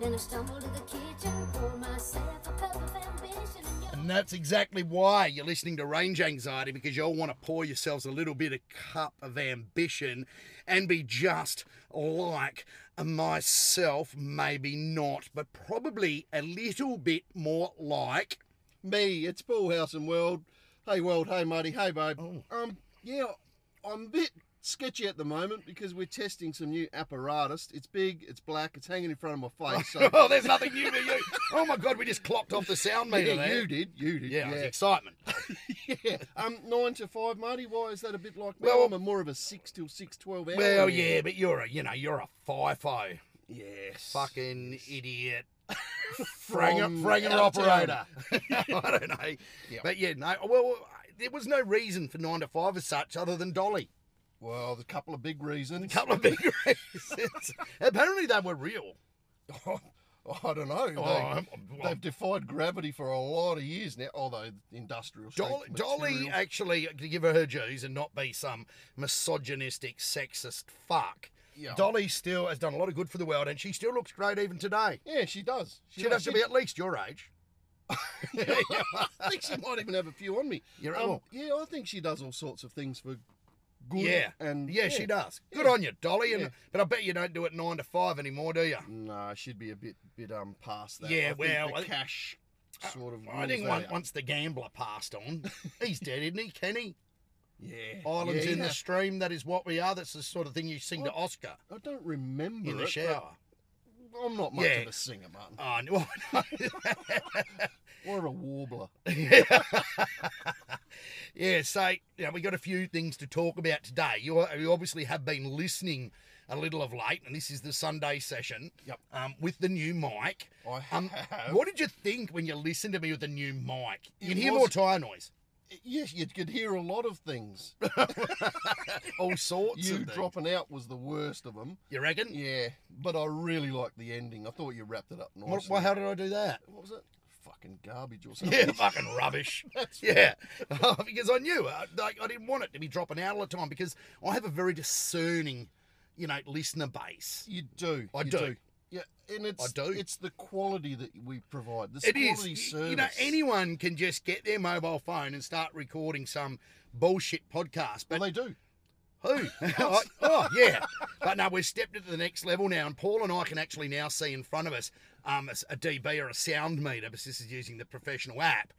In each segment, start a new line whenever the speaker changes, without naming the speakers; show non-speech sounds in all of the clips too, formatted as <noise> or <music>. then I stumbled to the kitchen, poured myself a cup of ambition, and you're
And that's exactly why you're listening to Range Anxiety because you all want to pour yourselves a little bit of cup of ambition and be just like myself, maybe not, but probably a little bit more like.
<laughs> Me, it's Paul House and World. Hey World, hey Marty, hey babe.
Oh.
Um, yeah, I'm a bit sketchy at the moment because we're testing some new apparatus. It's big, it's black, it's hanging in front of my
<laughs>
face. So
Oh, there's nothing new to you. Oh my God, we just clocked off the sound meter
yeah,
there.
you did, you did.
Yeah,
Yeah,
it's excitement.
yeah. Um, nine to five, Marty. Why is that a bit like?
Well-
Well, I'm a more of a six till six twelve hour.
Well,
man.
yeah, but you're a, you know, you're a FIFO.
Yes.
Fucking <laughs> idiot. Franger,
From
franger operator. <laughs>
Altona.
I don't know. But yeah, no, well, there was no reason for 9 to 5 as such other than Dolly.
Well, there's a couple of big reasons.
A <laughs> couple of big <laughs> reasons. Apparently they were real.
<laughs> I don't know. They,
Oh, I'm- I'm-
have defied gravity for a lot of years now, although industrial.
Dolly, Dolly actually, to give her her dues and not be some misogynistic, sexist fuck.
Yeah.
Dolly still has done a lot of good for the world, and she still looks great even today.
Yeah, she does. She
She'd
does.
have
<laughs>
to be at least your <laughs> age.
I think she might even have a few on me.
You're
Um,
all-
yeah, I think she does all sorts of things for good.
Yeah,
and
yeah, she does. Good
Yeah.
on you, Dolly. And
Yeah.
but I bet you don't do it nine to five anymore, do you?
Nah, she'd be a bit, bit um past that.
Yeah,
I think
well,
the
I- Uh,
cash sort of.
I think
rules
once,
that out.
once the gambler passed on,
<laughs>
he's dead, isn't he? Kenny
Yeah,
Islands
yeah,
in the
yeah.
stream. That is what we are. That's the sort of thing you sing to
Well,
Oscar
I don't remember
in the
it, but
shower.
I'm not much
Yeah.
of a singer, Martin,
Oh, <laughs> no,
or a warbler.
<laughs> yeah, so yeah, we got a few things to talk about today. You, you obviously have been listening a little of late, and this is the Sunday session.
Yep.
Um, with the new mic.
<laughs> I
<laughs> Um,
have.
what did you think when you listened to me with the new mic? You can
It
hear
was-
more tyre noise,
Yes, you could hear a lot of
<laughs>
things.
all sorts.
you
of things.
dropping out was the worst of them.
You reckon?
Yeah, but I really liked the ending. I thought you wrapped it up nicely.
What, well, how did I do
<laughs>
that?
What was it? Fucking garbage or something.
<laughs> Yeah, fucking
<laughs>
rubbish. yeah, <laughs> because I knew uh, like I didn't want it to be dropping out all the time because I have a very discerning, you know, listener base.
You do.
I
you
do.
Yeah, and it's
I do.
it's the quality that we provide. This
It is.
quality
You-
service.
You know, anyone can just get their mobile phone and start recording some bullshit podcast.
well,
But
they do. <laughs>
who? <laughs> oh, oh, yeah. But no, we've stepped it to the next level now, and Paul and I can actually now see in front of us um, a, s- a dB or a sound meter, because this is using the professional app.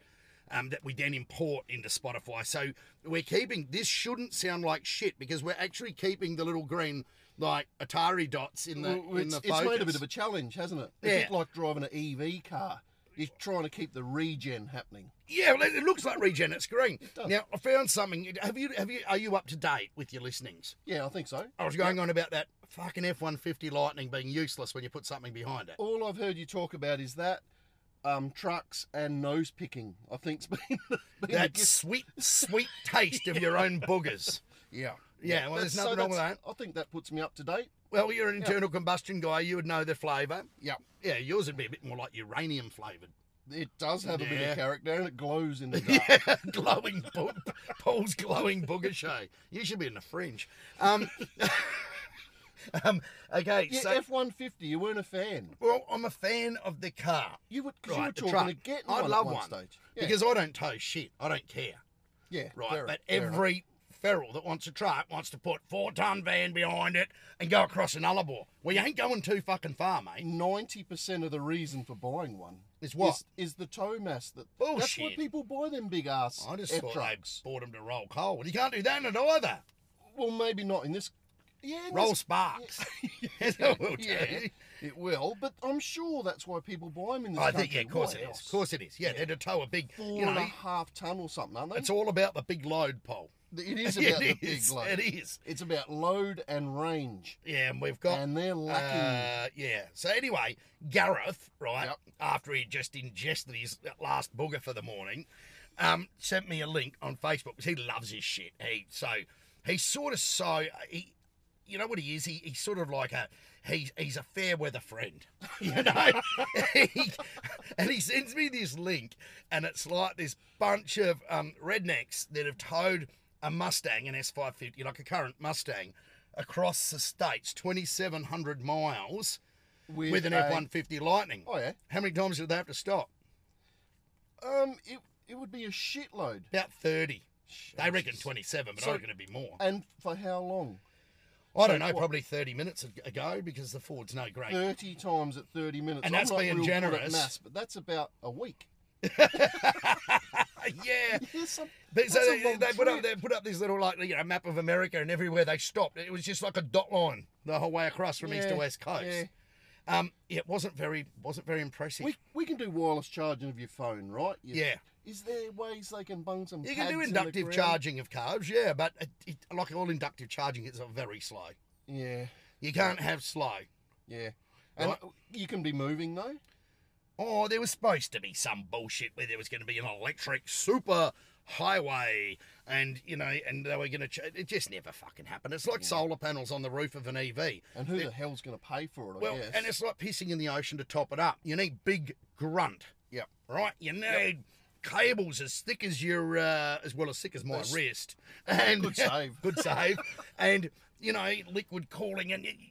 Um, that we then import into Spotify. So we're keeping this shouldn't sound like shit because we're actually keeping the little green like Atari dots in the
Well,
in
it's,
the
it's made a bit
focus.
of a challenge, hasn't it?
Yeah.
A bit like driving an EV car. You're trying to keep the regen happening.
Yeah, well, it looks like regen. It's green.
does.
Now I found something. Have you? Have you? Are you up to date with your listenings?
Yeah, I think so.
I was going on about that fucking F one fifty Lightning being useless when you put something behind it.
All I've heard you talk about is that um, trucks and nose picking. I think's <laughs> been, been the
That
gift.
sweet, sweet taste of your
<laughs>
own boogers.
Yeah.
Yeah, well, there's
That's-
nothing wrong with
that's-
that.
I think that puts me up to date.
Well, you're an internal combustion guy. You would know the flavour.
Yeah.
Yeah, yours would be a bit more like uranium
<laughs>
flavoured.
It does have a bit
Yeah.
of character and it
<laughs>
glows in the dark.
Yeah, glowing bo- Paul's glowing booger show. You should be in the fringe. Um, <laughs> um, okay,
Yeah,
so
F one fifty. You weren't a fan.
well, I'm a fan of the car.
You were,
Right,
'cause you were
the
talking
truck.
of getting
I'd
one
love
at one,
one,
stage. Yeah,
Because I don't tow shit. I don't care.
yeah,
Right.
fair
but
fair enough.
every feral that wants a truck wants to put four ton van behind it and go across an Ullarbor. Well, you ain't going too fucking far, mate.
ninety percent of the reason for buying one
Is what?
is, is the tow mass that that's why
Bullshit.
people buy them big ass
I just
F
thought
trucks.
they bought them to roll coal. And you can't do that in it either.
Well, maybe not in this. Yeah, in
Roll
this- <laughs>
sparks. <laughs> That's what we'll do.
yeah, it will. But I'm sure that's why people buy them in this
I
country.
think, yeah, of course
Why
it is.
else?
Of course it is. Yeah, they're to tow a big,
Four
you
and a
know,
half ton or something, aren't they?
it's all about the big load, Paul.
it
<laughs>
is
It
about the
is,
big load.
it is.
It's about load and range,
Yeah, and we've got
and they're lucky.
Uh, yeah. So anyway, Gareth, right,
Yep.
after he just ingested his last booger for the morning, um, sent me a link on Facebook 'cause he loves his shit. He so he's sort of so he, you know what he is? He, he's sort of like a he's he's a fair weather friend, <laughs> you know. He- and he sends me this link, and it's like this bunch of um, rednecks that have towed a Mustang, an S five fifty, like a current Mustang, across the states, twenty seven hundred miles.
With
with, an
a-
F one fifty Lightning.
Oh yeah.
How many times did they have to stop?
Um, it it would be a shitload.
About thirty. They reckon
Jesus.
twenty seven, but
So-
I reckon it'd be more.
And for how long?
I don't know,
what- Uh,
probably thirty minutes ag- ago because the Ford's no great.
Thirty times at thirty minutes.
And
I'm
that's
not
being
real good at
generous.
maths, but that's about a week.
yeah.
Yeah, some-
They, so
That's a
they,
long
they put up they
trip.
put up this little like you know map of America and everywhere they stopped it was just like a dot line the whole way across from east to
Yeah,
west coast.
yeah.
Um, it wasn't very wasn't very impressive.
We, we can do wireless charging of your phone, right? You-
Yeah.
Is there ways they can bung some?
you can do
pads in the
inductive
ground?
charging of cars, yeah, but it, it, like all inductive charging, it's uh, very slow.
Yeah,
You can't have slow.
yeah. And
Right.
you can be moving though.
Oh, there was supposed to be some bullshit where there was going to be an electric super highway, and you know, and they were going to. Ch- it just never fucking happened. It's like solar panels on the roof of an E EV.
And who the hell's going to pay for it? I
Well,
guess.
and it's like pissing in the ocean to top it up. You need big grunt,
yep.
right? You need cables as thick as your, uh, as well as thick as my
That's-
wrist. <laughs> And
Good save.
good save. and you know, liquid cooling, and y- y-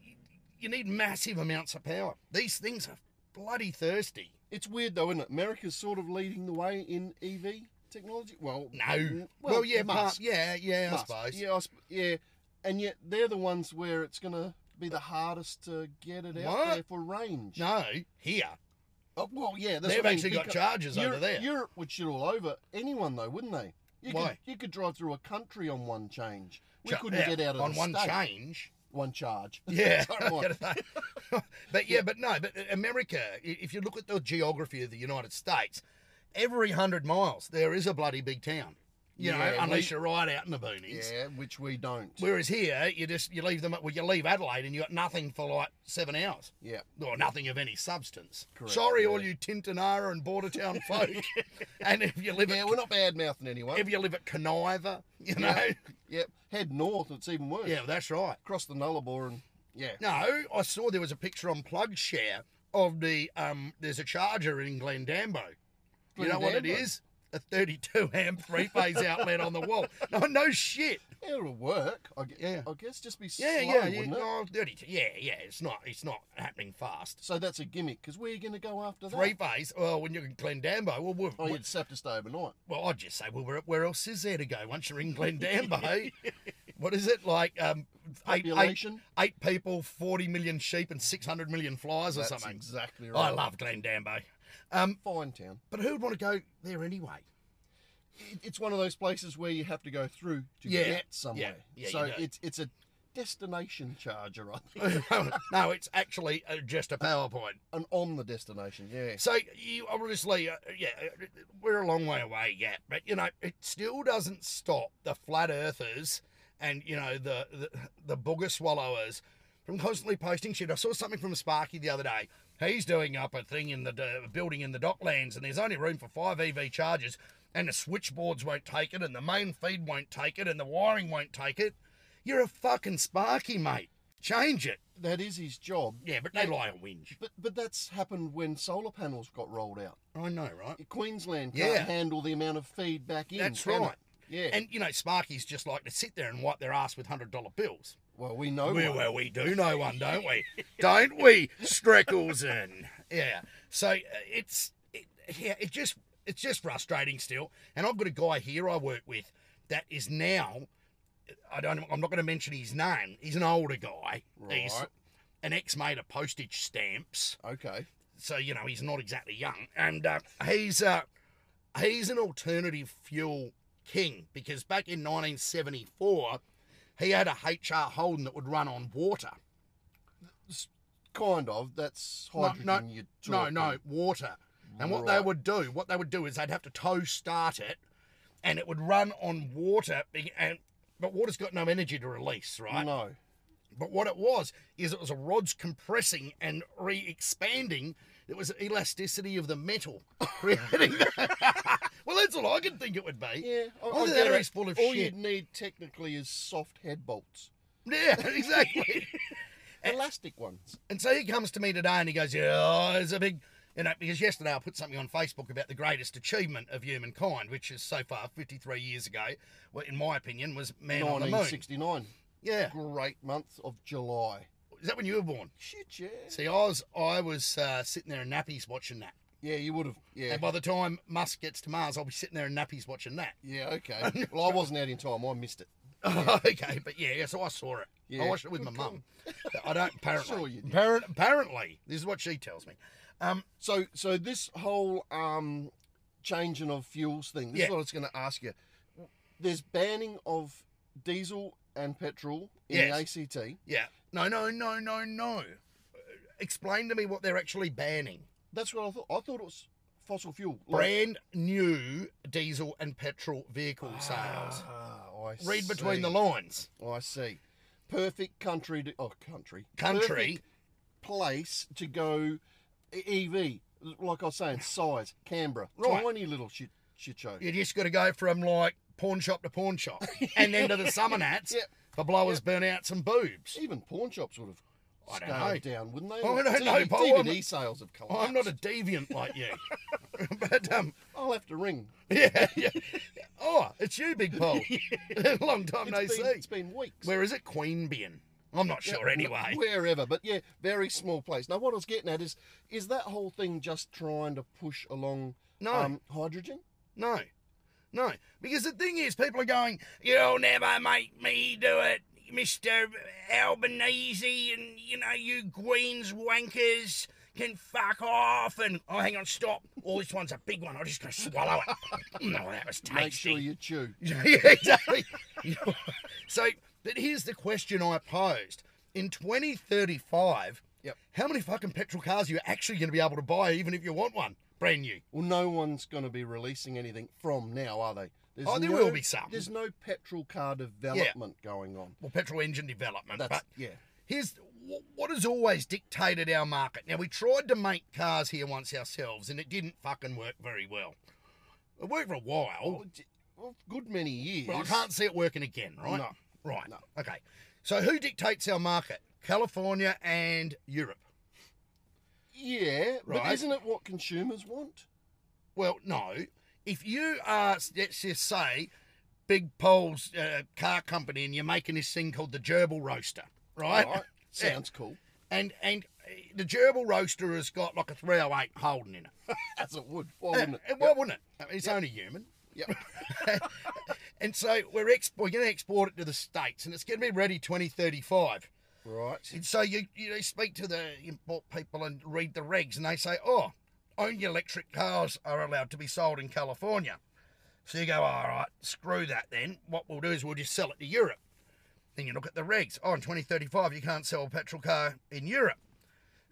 you need massive amounts of power. These things are bloody thirsty.
It's weird though, isn't it? America's sort of leading the way in EV technology. Well,
No.
n-
Well, yeah, part,
Musk,
yeah, yeah,
Musk.
I suppose.
Yeah, I sp- yeah, and yet they're the ones where it's going to be the hardest to get it out
What?
there for range.
No, here.
Oh, well, yeah, that's
They've
what I mean.
actually got
Because
chargers over
Europe-
there.
Europe would shit all over anyone though, wouldn't they? You
Why?
Could, you could drive through a country on one change. We
Cha-
couldn't
yeah,
get out of
on
the
one
state.
change.
One charge.
<laughs> Yeah.
<laughs> Sorry, Mike.
<laughs> but yeah, but no, but uh, America, i- if you look at the geography of the United States, every hundred miles there is a bloody big town. You know,
Yeah,
unless
we-
you're right out in the boonies.
yeah, which we don't.
Whereas here, you just you leave them. Well, you leave Adelaide and you got nothing for like seven hours,
yeah.
or nothing of any substance.
Correct,
Sorry,
yeah.
all you Tintinara and border town
<laughs>
folk. and if you live
Yeah,
at
we're not bad mouthing anyone.
if you live at Conniver, you know,
Yeah. Yep. Head north, it's even worse.
yeah, that's right.
Across the Nullarbor and yeah.
No, I saw there was a picture on PlugShare of the um. There's a charger in Glendambo. you know what it
Glendambo?
is? A 32 amp three
<laughs>
phase outlet on the wall. No, no shit.
It'll work. I, gue-
Yeah.
I guess just be slow,
Yeah, yeah, yeah.
wouldn't it?
no, 32. Oh, Yeah, yeah. It's not. It's not happening fast.
So that's a gimmick because we're going to go after that.
Three phase. Well, when you're in Glendambo, well, we're,
Oh,
we-
you'd just have to stay overnight.
well, I'd just say, well, where, where else is there to go once you're in
<laughs>
Glendambo? what is it like? Um, eight, eight,
Population.
eight people, 40 million sheep, and 600 million flies, or
That's
something.
exactly right.
I love Glendambo. Um,
Fine town.
But who'd want to go there anyway? <laughs>
it- it's one of those places where you have to go through to
Yeah.
get somewhere.
Yeah, yeah, you
so
do.
it's it's a destination charger, I think, <laughs>
no, it's actually uh, just a PowerPoint.
and on the destination. Yeah,
So you obviously, uh, yeah, uh, we're a long way away yet, but you know, it still doesn't stop the flat earthers and you know the the, the booger swallowers from constantly posting shit. I saw something from Sparky the other day. He's doing up a thing in the d- building in the Docklands, and there's only room for five EV chargers, and the switchboards won't take it, and the main feed won't take it, and the wiring won't take it. You're a fucking Sparky, mate. Change it.
that is his job.
Yeah, but they lie and whinge.
But but that's happened when solar panels got rolled out.
I know, right?
Queensland can't
Yeah.
handle the amount of feed back in.
That's
can it?
right.
Yeah.
And you know, Sparkies just like to sit there and wipe their ass with hundred dollar bills.
well, we know.
well,
one.
well, we do know one, don't we? don't we, Streckelsen? Yeah. So uh, it's it, yeah, it just it's just frustrating still. And I've got a guy here I work with that is now. I don't. I'm not going to mention his name. He's an older guy. He's
Right.
an ex-mate of postage stamps.
Okay.
so you know he's not exactly young, and uh, he's uh, he's an alternative fuel king because back in 1974 he had a HR Holden that would run on water.
Kind of. That's
No,
hydrogen.
no,
you're
no,
talking.
no, water. And what they
Right.
would do, what they would do is they'd have to tow start it, and it would run on water. be- And but water's got no energy to release, right?
No.
But what it was is it was a rod's compressing and re-expanding. It was elasticity of the metal <laughs> creating that. <laughs> well, that's all I can think it would be.
Yeah. I,
Either that
I get
or
it.
he's full of
All
shit.
you'd need technically is soft head bolts,
<laughs> Yeah, exactly. <laughs>
elastic ones.
and so he comes to me today and he goes, "Yeah, oh, there's a big." You know, because yesterday I put something on Facebook about the greatest achievement of humankind, which is so far 53 years ago, well, in my opinion, was man on the moon.
1969.
Yeah.
Great month of July.
Is that when you were born?
Shit, yeah.
See, I was I was uh, sitting there in nappies watching that.
Yeah, you would have. Yeah.
And by the time Musk gets to Mars, I'll be sitting there in nappies watching
<laughs>
that.
Yeah,
<laughs>
okay. well, I wasn't out in time. I missed it.
okay, but yeah, yeah, so I saw it.
Yeah.
I watched it with my mum. I
<laughs>
don't apparently.
Sure you did.
Appar- apparently, this is what she tells me. Um,
So, so this whole um, changing of fuels thing. This
Yeah.
is what I was going to ask you. There's banning of diesel and petrol in
Yes.
the ACT.
yeah, no, no, no, no, no. Uh, Explain to me what they're actually banning.
That's what I thought. I thought it was fossil fuel. Like-
Brand new diesel and petrol vehicle sales.
Ah, I
Read between
see. Oh,
the lines.
I see. Perfect country. To, oh, country.
Country.
Perfect place to go EV. Like I was saying, size Canberra,
Right.
tiny little shit shit show.
You just got to go from like pawn shop to pawn
<laughs>
shop, and then to the summer nats
Yep.
for blowers, burnouts, and boobs.
Even pawn shops would have
I don't
scaled down, wouldn't they?
I
Like,
don't know,
TV
Paul, I'm-
DVD e sales have collapsed.
Oh, I'm not a deviant like you, <laughs> but um,
I'll have to ring.
yeah, yeah. Oh, it's you, Big
<laughs>
Paul. <laughs> Long time
It's
no
been,
see.
it's been weeks.
Where is it? Queanbeyan. I'm not sure anyway.
Wherever, but yeah, very small place. Now, what I was getting at is, is that whole thing just trying to push along
No.
um, hydrogen?
No. No. Because the thing is, people are going, You'll never make me do it, Mr. Albanese, and, you know, you Queens wankers can fuck off. And, oh, hang on, stop. Oh, this one's a big one. I'm just going to swallow it. <laughs> no, that was tasty.
Make sure you chew.
<laughs> Yeah, exactly. so, but here's the question I posed. In 2035,
Yep.
how many fucking petrol cars are you actually going to be able to buy, even if you want one? Brand new.
Well, no one's going to be releasing anything from now, are they? There's
Oh, there will be some.
There's no petrol car development going on.
Well, petrol engine development.
That's
but
yeah.
here's wh- what has always dictated our market. Now, we tried to make cars here once ourselves, and it didn't fucking work very well. It worked for a while,
Well, d- well, good many years.
but I can't see it working again, right?
No.
Right.
No.
Okay. So, who dictates our market? California and Europe.
Yeah, but
Right.
isn't it what consumers want?
Well, no. If you are, let's just say, Big Paul's uh, car company and you're making this thing called the Gerbil Roaster, right? <laughs>
Right?
Yeah.
Sounds cool.
And, and uh, the Gerbil Roaster has got like a 308 Holden in it.
As it would. Why wouldn't it?
Uh, Why wouldn't <laughs> it? I mean, it's only human.
Yep.
And so we're, exp- we're going to export it to the States and it's going to be ready 2035.
right.
<laughs> And so you, you know, speak to the import people and read the regs, and they say, oh, only electric cars are allowed to be sold in California. So you go, all right, screw that then. What we'll do is we'll just sell it to Europe. Then you look at the regs. Oh, in 2035, you can't sell a petrol car in Europe.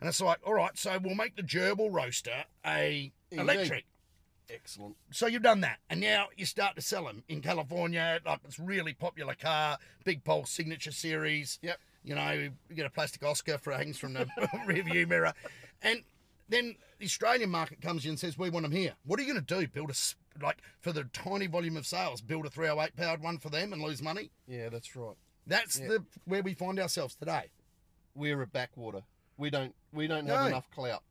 And it's like, all right, so we'll make the gerbil roaster a
EV.
electric.
Excellent.
So you've done that, and now you start to sell them in California. Like it's a really popular car, big pole signature series.
Yep.
You know, you get a plastic Oscar for hangs from the <laughs> rear view mirror, and then the Australian market comes in and says, "We want them here." What are you going to do? Build a s- like for the tiny volume of sales, build a 308 powered one for them and lose money?
Yeah, that's right.
That's
Yeah.
the where we find ourselves today.
We're a backwater. We don't. We don't have
No.
enough clout.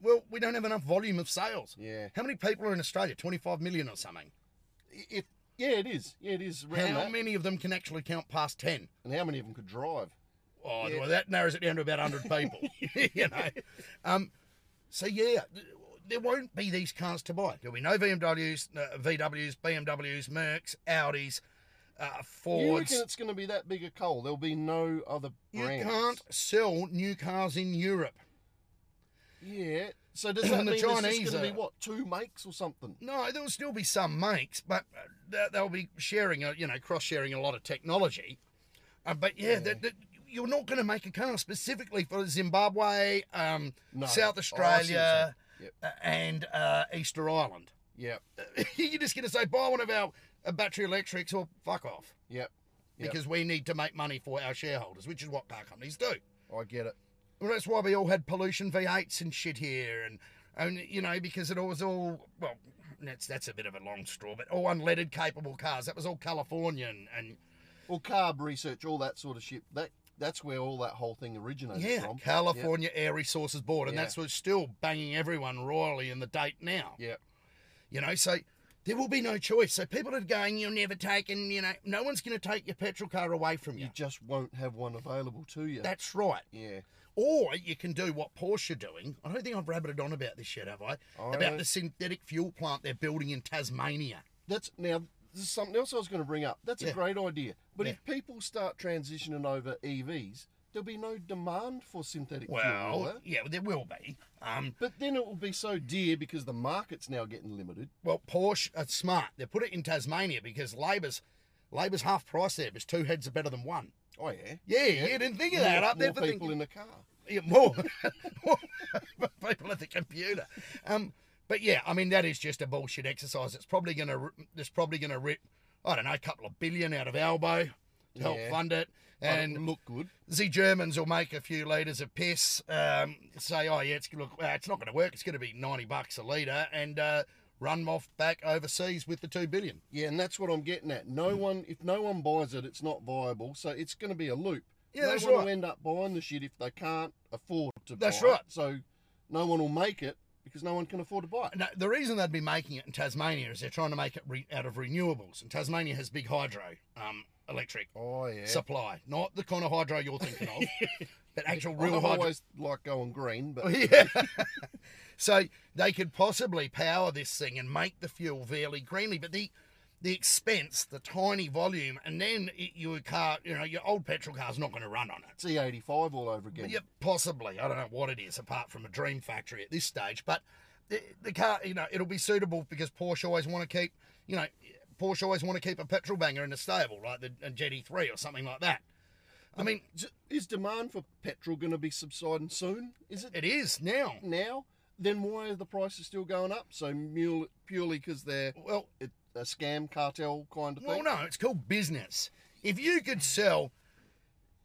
Well, we don't have enough volume of sales.
Yeah.
How many people are in Australia? 25 million or something.
I- If yeah, it is. Yeah, it is. around
How
that.
many of them can actually count past 10?
And how many of them could drive?
Oh,
Yeah.
well, that narrows it down to about 100 people,
<laughs>
<laughs> you know. Um, so, yeah, th- there won't be these cars to buy. There'll be no BMWs, uh, VWs, BMWs, Mercs, Audis, uh,
You reckon
Fords.
it's going to be that big a coal? There'll be no other
You
brands.
can't sell new cars in Europe.
Yeah.
<coughs>
So does that
And the
mean
Chinese
there's going to
are-
be what two makes or something?
No, there'll still be some makes, but uh, they- they'll be sharing, a, you know, cross sharing a lot of technology. Uh, but yeah, that that- you're not going to make a car specifically for Zimbabwe, um,
No.
South
Oh, I see what you're
Australia,
saying.
uh, and uh, Easter Island. <laughs>
Yep.
You're just going to say buy one of our uh, battery electrics or fuck off
Yep. Yep.
because we need to make money for our shareholders, which is what car companies do.
I get it.
Well, that's why we all had pollution V8s and shit here, and and you know because it all was all well, that's that's a bit of a long straw, but all unleaded capable cars. That was all Californian, and
Well, carb research, all that sort of shit. That that's where all that whole thing originated
yeah,
from.
California Air Resources Board, and
Yeah.
that's what's still banging everyone royally in the date now.
Yep.
You know, so There will be no choice. So people are going, you're never taking, you know, no one's going to take your petrol car away from you.
You just won't have one available to you.
That's right.
yeah.
Or you can do what Porsche are doing. I don't think I've rabbited on about this yet, have I?
I
about
don't-
the synthetic fuel plant they're building in Tasmania.
That's now. This is something else I was going to bring up. That's
Yeah.
a great idea. But
Yeah.
if people start transitioning over EVs, there'll be no demand for synthetic fuel. will
Well,
there?
yeah, there will be. Um,
But then it will be so dear because the market's now getting limited.
well, Porsche are smart. They put it in Tasmania because Labor's Labor's half price there because two heads are better than one.
Oh yeah.
Yeah, you didn't think of that
more,
up there
more
for
people
thinking.
in the car.
Yeah,
<laughs>
more, more people at the computer. Um, but yeah, I mean that is just a bullshit exercise. It's probably gonna r- it's probably gonna rip I don't know a couple of billion out of Albo to help
Yeah.
fund it,
But
and
it'll look good.
the Germans will make a few litres of piss. Um, say, oh yeah, it's look, uh, it's not going to work. It's going to be ninety bucks a litre, and uh, run 'em off back overseas with the two billion.
Yeah, and that's what I'm getting at. No one, if no one buys it, it's not viable. So it's going to be a loop.
Yeah,
no
that's
one
right.
will end up buying the shit if they can't afford to
That's
buy
right.
it. So no one will make it because no one can afford to buy it.
No, the reason they'd be making it in Tasmania is they're trying to make it re- out of renewables, and Tasmania has big hydro um, electric
Oh yeah.
supply, not the kind of hydro you're thinking of, but actual
I
real hydro.
always like going green, but
<laughs> Yeah. so they could possibly power this thing and make the fuel fairly greenly, but the the expense, the tiny volume, and then it, your car, you know, your old petrol car's not going to run on it.
it's E85 all over again.
Yeah, possibly. I don't know what it is, apart from a dream factory at this stage. But the, the car, you know, it'll be suitable because Porsche always want to keep, you know, Porsche always want to keep a petrol banger in the stable, like the a Jet E3 or something like that. I mean,
Is- Is demand for petrol going to be subsiding soon? Is it
it is now.
now? Then why are the prices still going up? So mule, purely because they're
Well,
it, a scam cartel kind of
Well,
thing.
no, it's called business. If you could sell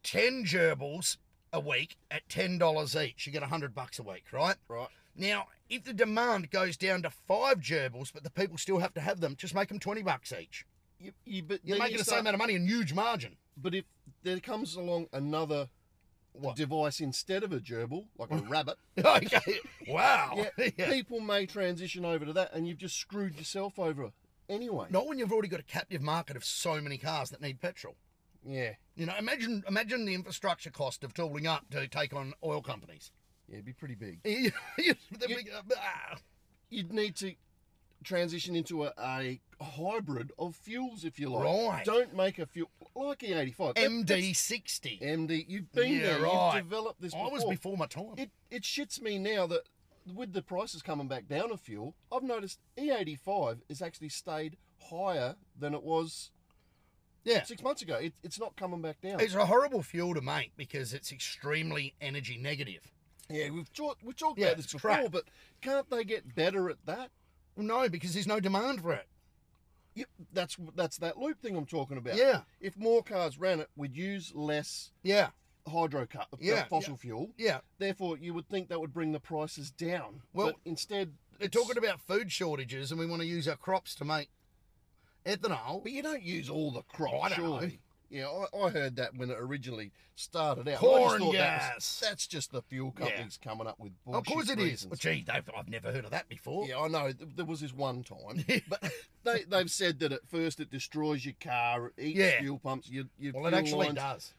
10 gerbils a week at $10 each, you get 100 bucks a week, right?
Right.
Now, if the demand goes down to five gerbils, but the people still have to have them, just make them 20 bucks each.
You, you, but
You're
then
making
you
the
start-
same amount of money and huge margin. <laughs>
But if there comes along another
What?
device instead of a gerbil, like
<laughs>
a rabbit,
okay. Wow.
yeah,
<laughs>
people may transition over to that, and you've just screwed yourself over anyway.
Not when you've already got a captive market of so many cars that need petrol.
Yeah,
You know, imagine imagine the infrastructure cost of tooling up to take on oil companies. <laughs>
yeah, it'd be pretty big.
The <laughs> big- ah.
You'd need to transition into a, a hybrid of fuels, if you like.
Right.
Don't make a fuel like E85. That-
MD60.
MD, you've been
Yeah,
there.
right.
You've developed this.
I was before my time.
it it shits me now that with the prices coming back down of fuel, I've noticed E85 has actually stayed higher than it was
yeah.
six months ago. It, it's not coming back down.
It's a horrible fuel to make because it's extremely energy negative.
yeah, we've talked we talked
Yeah,
about this
it's
before,
crap.
but can't they get better at that?
Well, no, because there's no demand for it.
Yep, that's that's that loop thing I'm talking about.
Yeah.
If more cars ran it, we'd use less
Yeah.
hydro car,
Yeah,
fossil fuel.
Yeah.
Therefore, you would think that would bring the prices down.
Well,
but instead,
They're
it's-
talking about food shortages and we want to use our crops to make ethanol.
But you don't use all the crop,
I don't
surely.
know.
Yeah, I, I heard that when it originally started out. I
Corn
just thought That
gas.
was, that's just the fuel
Yeah.
companies coming up with bullshit
Of course it is.
reasons.
Well, gee, Dave, I've never heard of that before.
Yeah, I know. Th- There was this
<laughs>
one time, but they, they've said that at first it destroys your car, it eats
Yeah.
fuel pumps, your, your
Well,
fuel
it actually
lines.
does.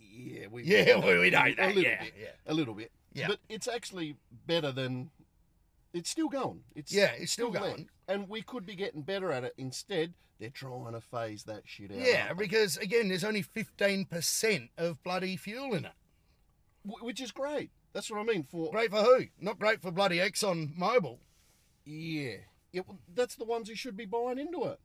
Yeah, we
Yeah, we, we know
a
that.
little
yeah,
bit,
yeah.
a little bit.
Yeah.
but it's actually better than. It's still going. It's
Yeah, it's still
there.
going.
and we could be getting better at it. Instead, they're trying to phase that shit out.
Yeah,
aren't they?
because again, there's only 15% of bloody fuel in it.
Wh- which is great. That's what I mean. For
Great for who? Not great for bloody Exxon Mobil.
yeah, yeah, well, that's the ones who should be buying into it.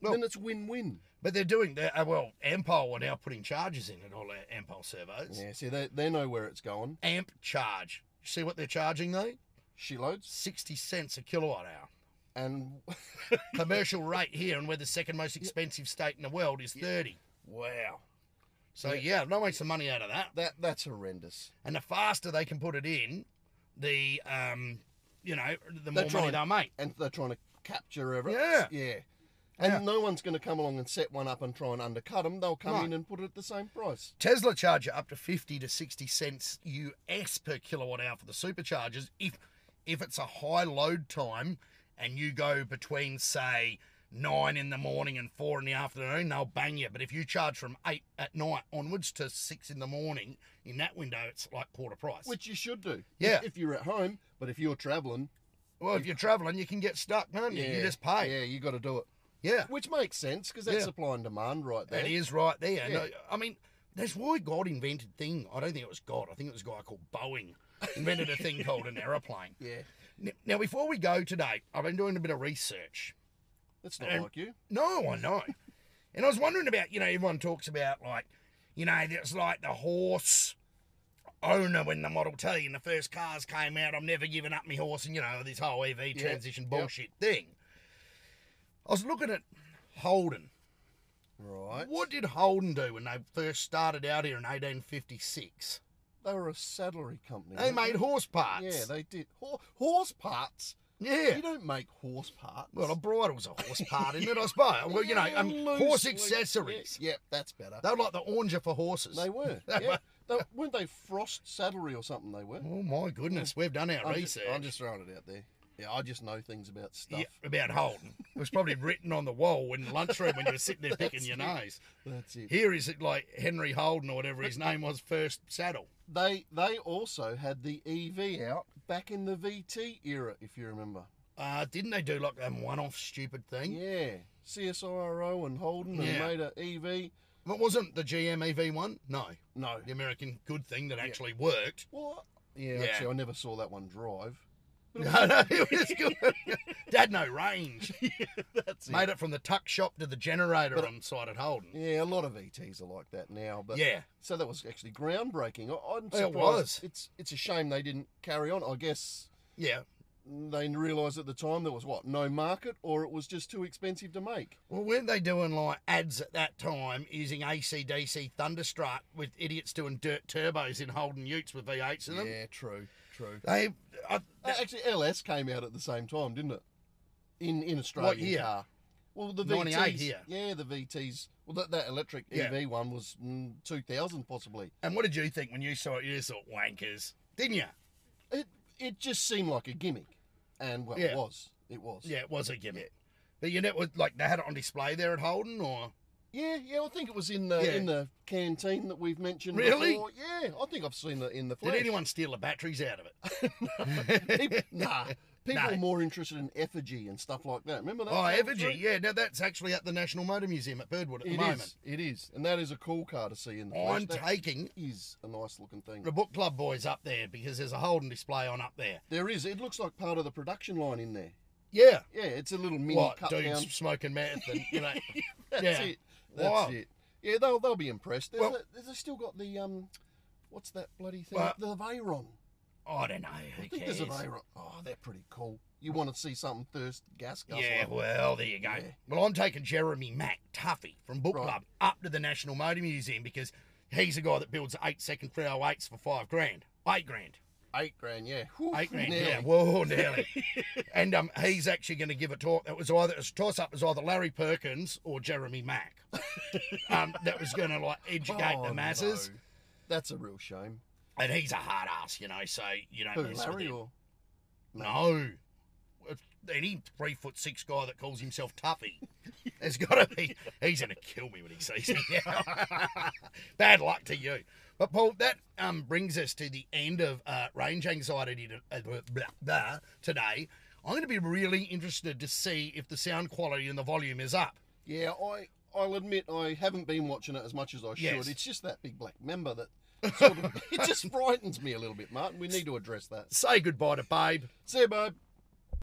Well-
then it's win-win.
But they're doing that. Uh, well, Ampol are now putting charges in at all our Ampol servos.
Yeah, see, they they know where it's going.
Amp charge. You see what they're charging though?
She loads
60 cents a kilowatt hour.
and <laughs>
Commercial rate here, and we're the second most expensive state in the world, is 30.
wow,
So, yeah, they'll make some money out of that.
that that's horrendous.
And the faster they can put it in, the, um, you know, the more
They're
money
trying-
they'll make.
And they're trying to capture everything.
Yeah.
yeah. And
Yeah.
no one's going to come along and set one up and try and undercut them. They'll come
No.
in and put it at the same price.
Tesla charger up to 50 to 60 cents US per kilowatt hour for the superchargers if if it's a high load time and you go between, say, nine in the morning and four in the afternoon, they'll bang you. But if you charge from eight at night onwards to six in the morning in that window, it's like quarter price.
Which you should do.
Yeah.
If, if you're at home, but if you're travelling,
well, if you're travelling, you can get stuck, don't you?
yeah,
You just pay.
Yeah, you got to do it.
yeah.
Which makes sense because that's
Yeah.
supply and demand right there.
That is right there.
Yeah.
No, I mean, that's why God invented thing. I don't think it was God. I think it was a guy called Boeing invented a thing called an aeroplane.
Yeah.
N- Now, before we go today, I've been doing a bit of research.
That's not
And-
like you.
No, I
Mm.
know. and I was wondering about, you know, everyone talks about like, you know, that's like the horse owner when the Model T and the first cars came out. I'm never giving up my horse, and you know this whole EV transition
yep.
bullshit thing. I was looking at Holden.
Right.
What did Holden do when they first started out here in 1856?
They were a saddlery company.
They
weren't
made horse parts.
Mm-hmm. Yeah, they did. Hor- horse parts?
yeah.
You don't make horse parts.
well, a bridle's a horse part, isn't it? I suppose. Well, you know, um,
Yeah,
horse
loosely.
accessories.
Yeah, yep, that's better.
They were like the oranger for horses. <laughs>
They were.
They
yeah. they, weren't they frost saddlery or something? They were.
Oh my goodness, we've done our
Mm. I'm just,
research
I'm just throwing it out there. Yeah, I just know things about stuff.
Yeah, about Holden. It was probably written on the wall in the lunchroom when you were sitting
<laughs>
there picking your nose.
That's it.
Here is it like Henry Holden or whatever his name was first saddle.
They they also had the EV out back in the VT era, if you remember.
Uh, didn't they do like a one-off stupid thing?
Yeah, CSIRO and Holden
Yeah.
and made a E EV.
Well, wasn't the GMEV one? No,
No.
the American good thing that actually
<laughs>
worked.
What? Yeah,
Yeah.
actually, I never saw that one drive.
No, no, it was good. <laughs> It had no
<laughs>
range.
That's
Made it from the tuck shop to the generator
But-
on site at Holden.
Yeah, a lot of ETs are like that now, but
Yeah.
So that was actually groundbreaking. I, I'm
It
surprised.
was.
It's it's a shame they didn't carry on. I guess
Yeah.
they realised at the time there was what no market, or it was just too expensive to make.
Well, weren't they doing like ads at that time using ACDC Thunderstruck with idiots doing dirt turbos in Holden Utes with V8s in them?
true, true.
They, I,
Uh, Actually, LS came out at the same time, didn't it? In in Australia.
year?
Car. Well, the
98
VTs.
here.
Yeah, the VTs. Well, that, that electric
Yeah.
EV one was mm, 2000 possibly.
and what did you think when you saw it? You just thought wankers, didn't you?
It it just seemed like a gimmick, and well,
Yeah.
it was. It was.
Yeah, it was a gimmick. But you know, it was like they had it on display there at Holden, or
Yeah, yeah, I think it was in the
Yeah.
in the canteen that we've mentioned.
Really?
Before. Yeah, I think I've seen that in the
did
flesh.
anyone steal the batteries out of it?
People, <laughs>
<laughs>
nah, people
No.
are more interested in effigy and stuff like that. Remember that?
Oh,
That was
Evergy,
right?
yeah. Now that's actually at the National Motor Museum at Birdwood at the
It
moment.
is. It is, and that is a cool car to see in the flesh.
I'm
That
taking
is a nice looking thing.
the book club boys up there because there's a Holden display on up there.
There is. It looks like part of the production line in there.
Yeah.
Yeah, it's a little mini
what
cut
dudes
down.
smoking meth and you know.
<laughs> That's
yeah.
it. That's
Wow.
it. Yeah, they'll they'll be impressed. There's,
Well-
a- there's a still got the um, what's that bloody thing?
Well-
the Veyron.
I don't know.
I
Who
think there's
cares?
a Veyron. Oh, they're pretty cool. You want to see something thirst gas guzzler?
Yeah, well, there you go.
Yeah.
Well, I'm taking Jeremy Mack Tuffy from Book
Right.
Club up to the National Motor Museum because he's the guy that builds eight second 308s for five grand. Eight grand.
Eight grand, yeah. Whew,
Eight grand,
nearly.
yeah. Whoa, nearly. and um, he's actually going to give a talk. That was either it was toss up. It was either Larry Perkins or Jeremy
<laughs>
Mack. um, that was going to like educate
Oh,
the masses.
no. That's a real shame.
And he's a hard ass, you know. So you don't
Who,
mess with
Larry
him.
or
No. If Any three foot six guy that calls himself Tuffy, there's got to be. He's going to kill me when he sees me. <laughs> now. Bad luck to you. But Paul, that um, brings us to the end of uh, range anxiety to, uh, blah, blah, blah, today. I'm going to be really interested to see if the sound quality and the volume is up.
Yeah, I I'll admit I haven't been watching it as much as I should.
Yes.
It's just that big black member that <laughs> sort of, it just frightens me a little bit, Martin. We need to address that.
Say goodbye to Babe.
See you, babe.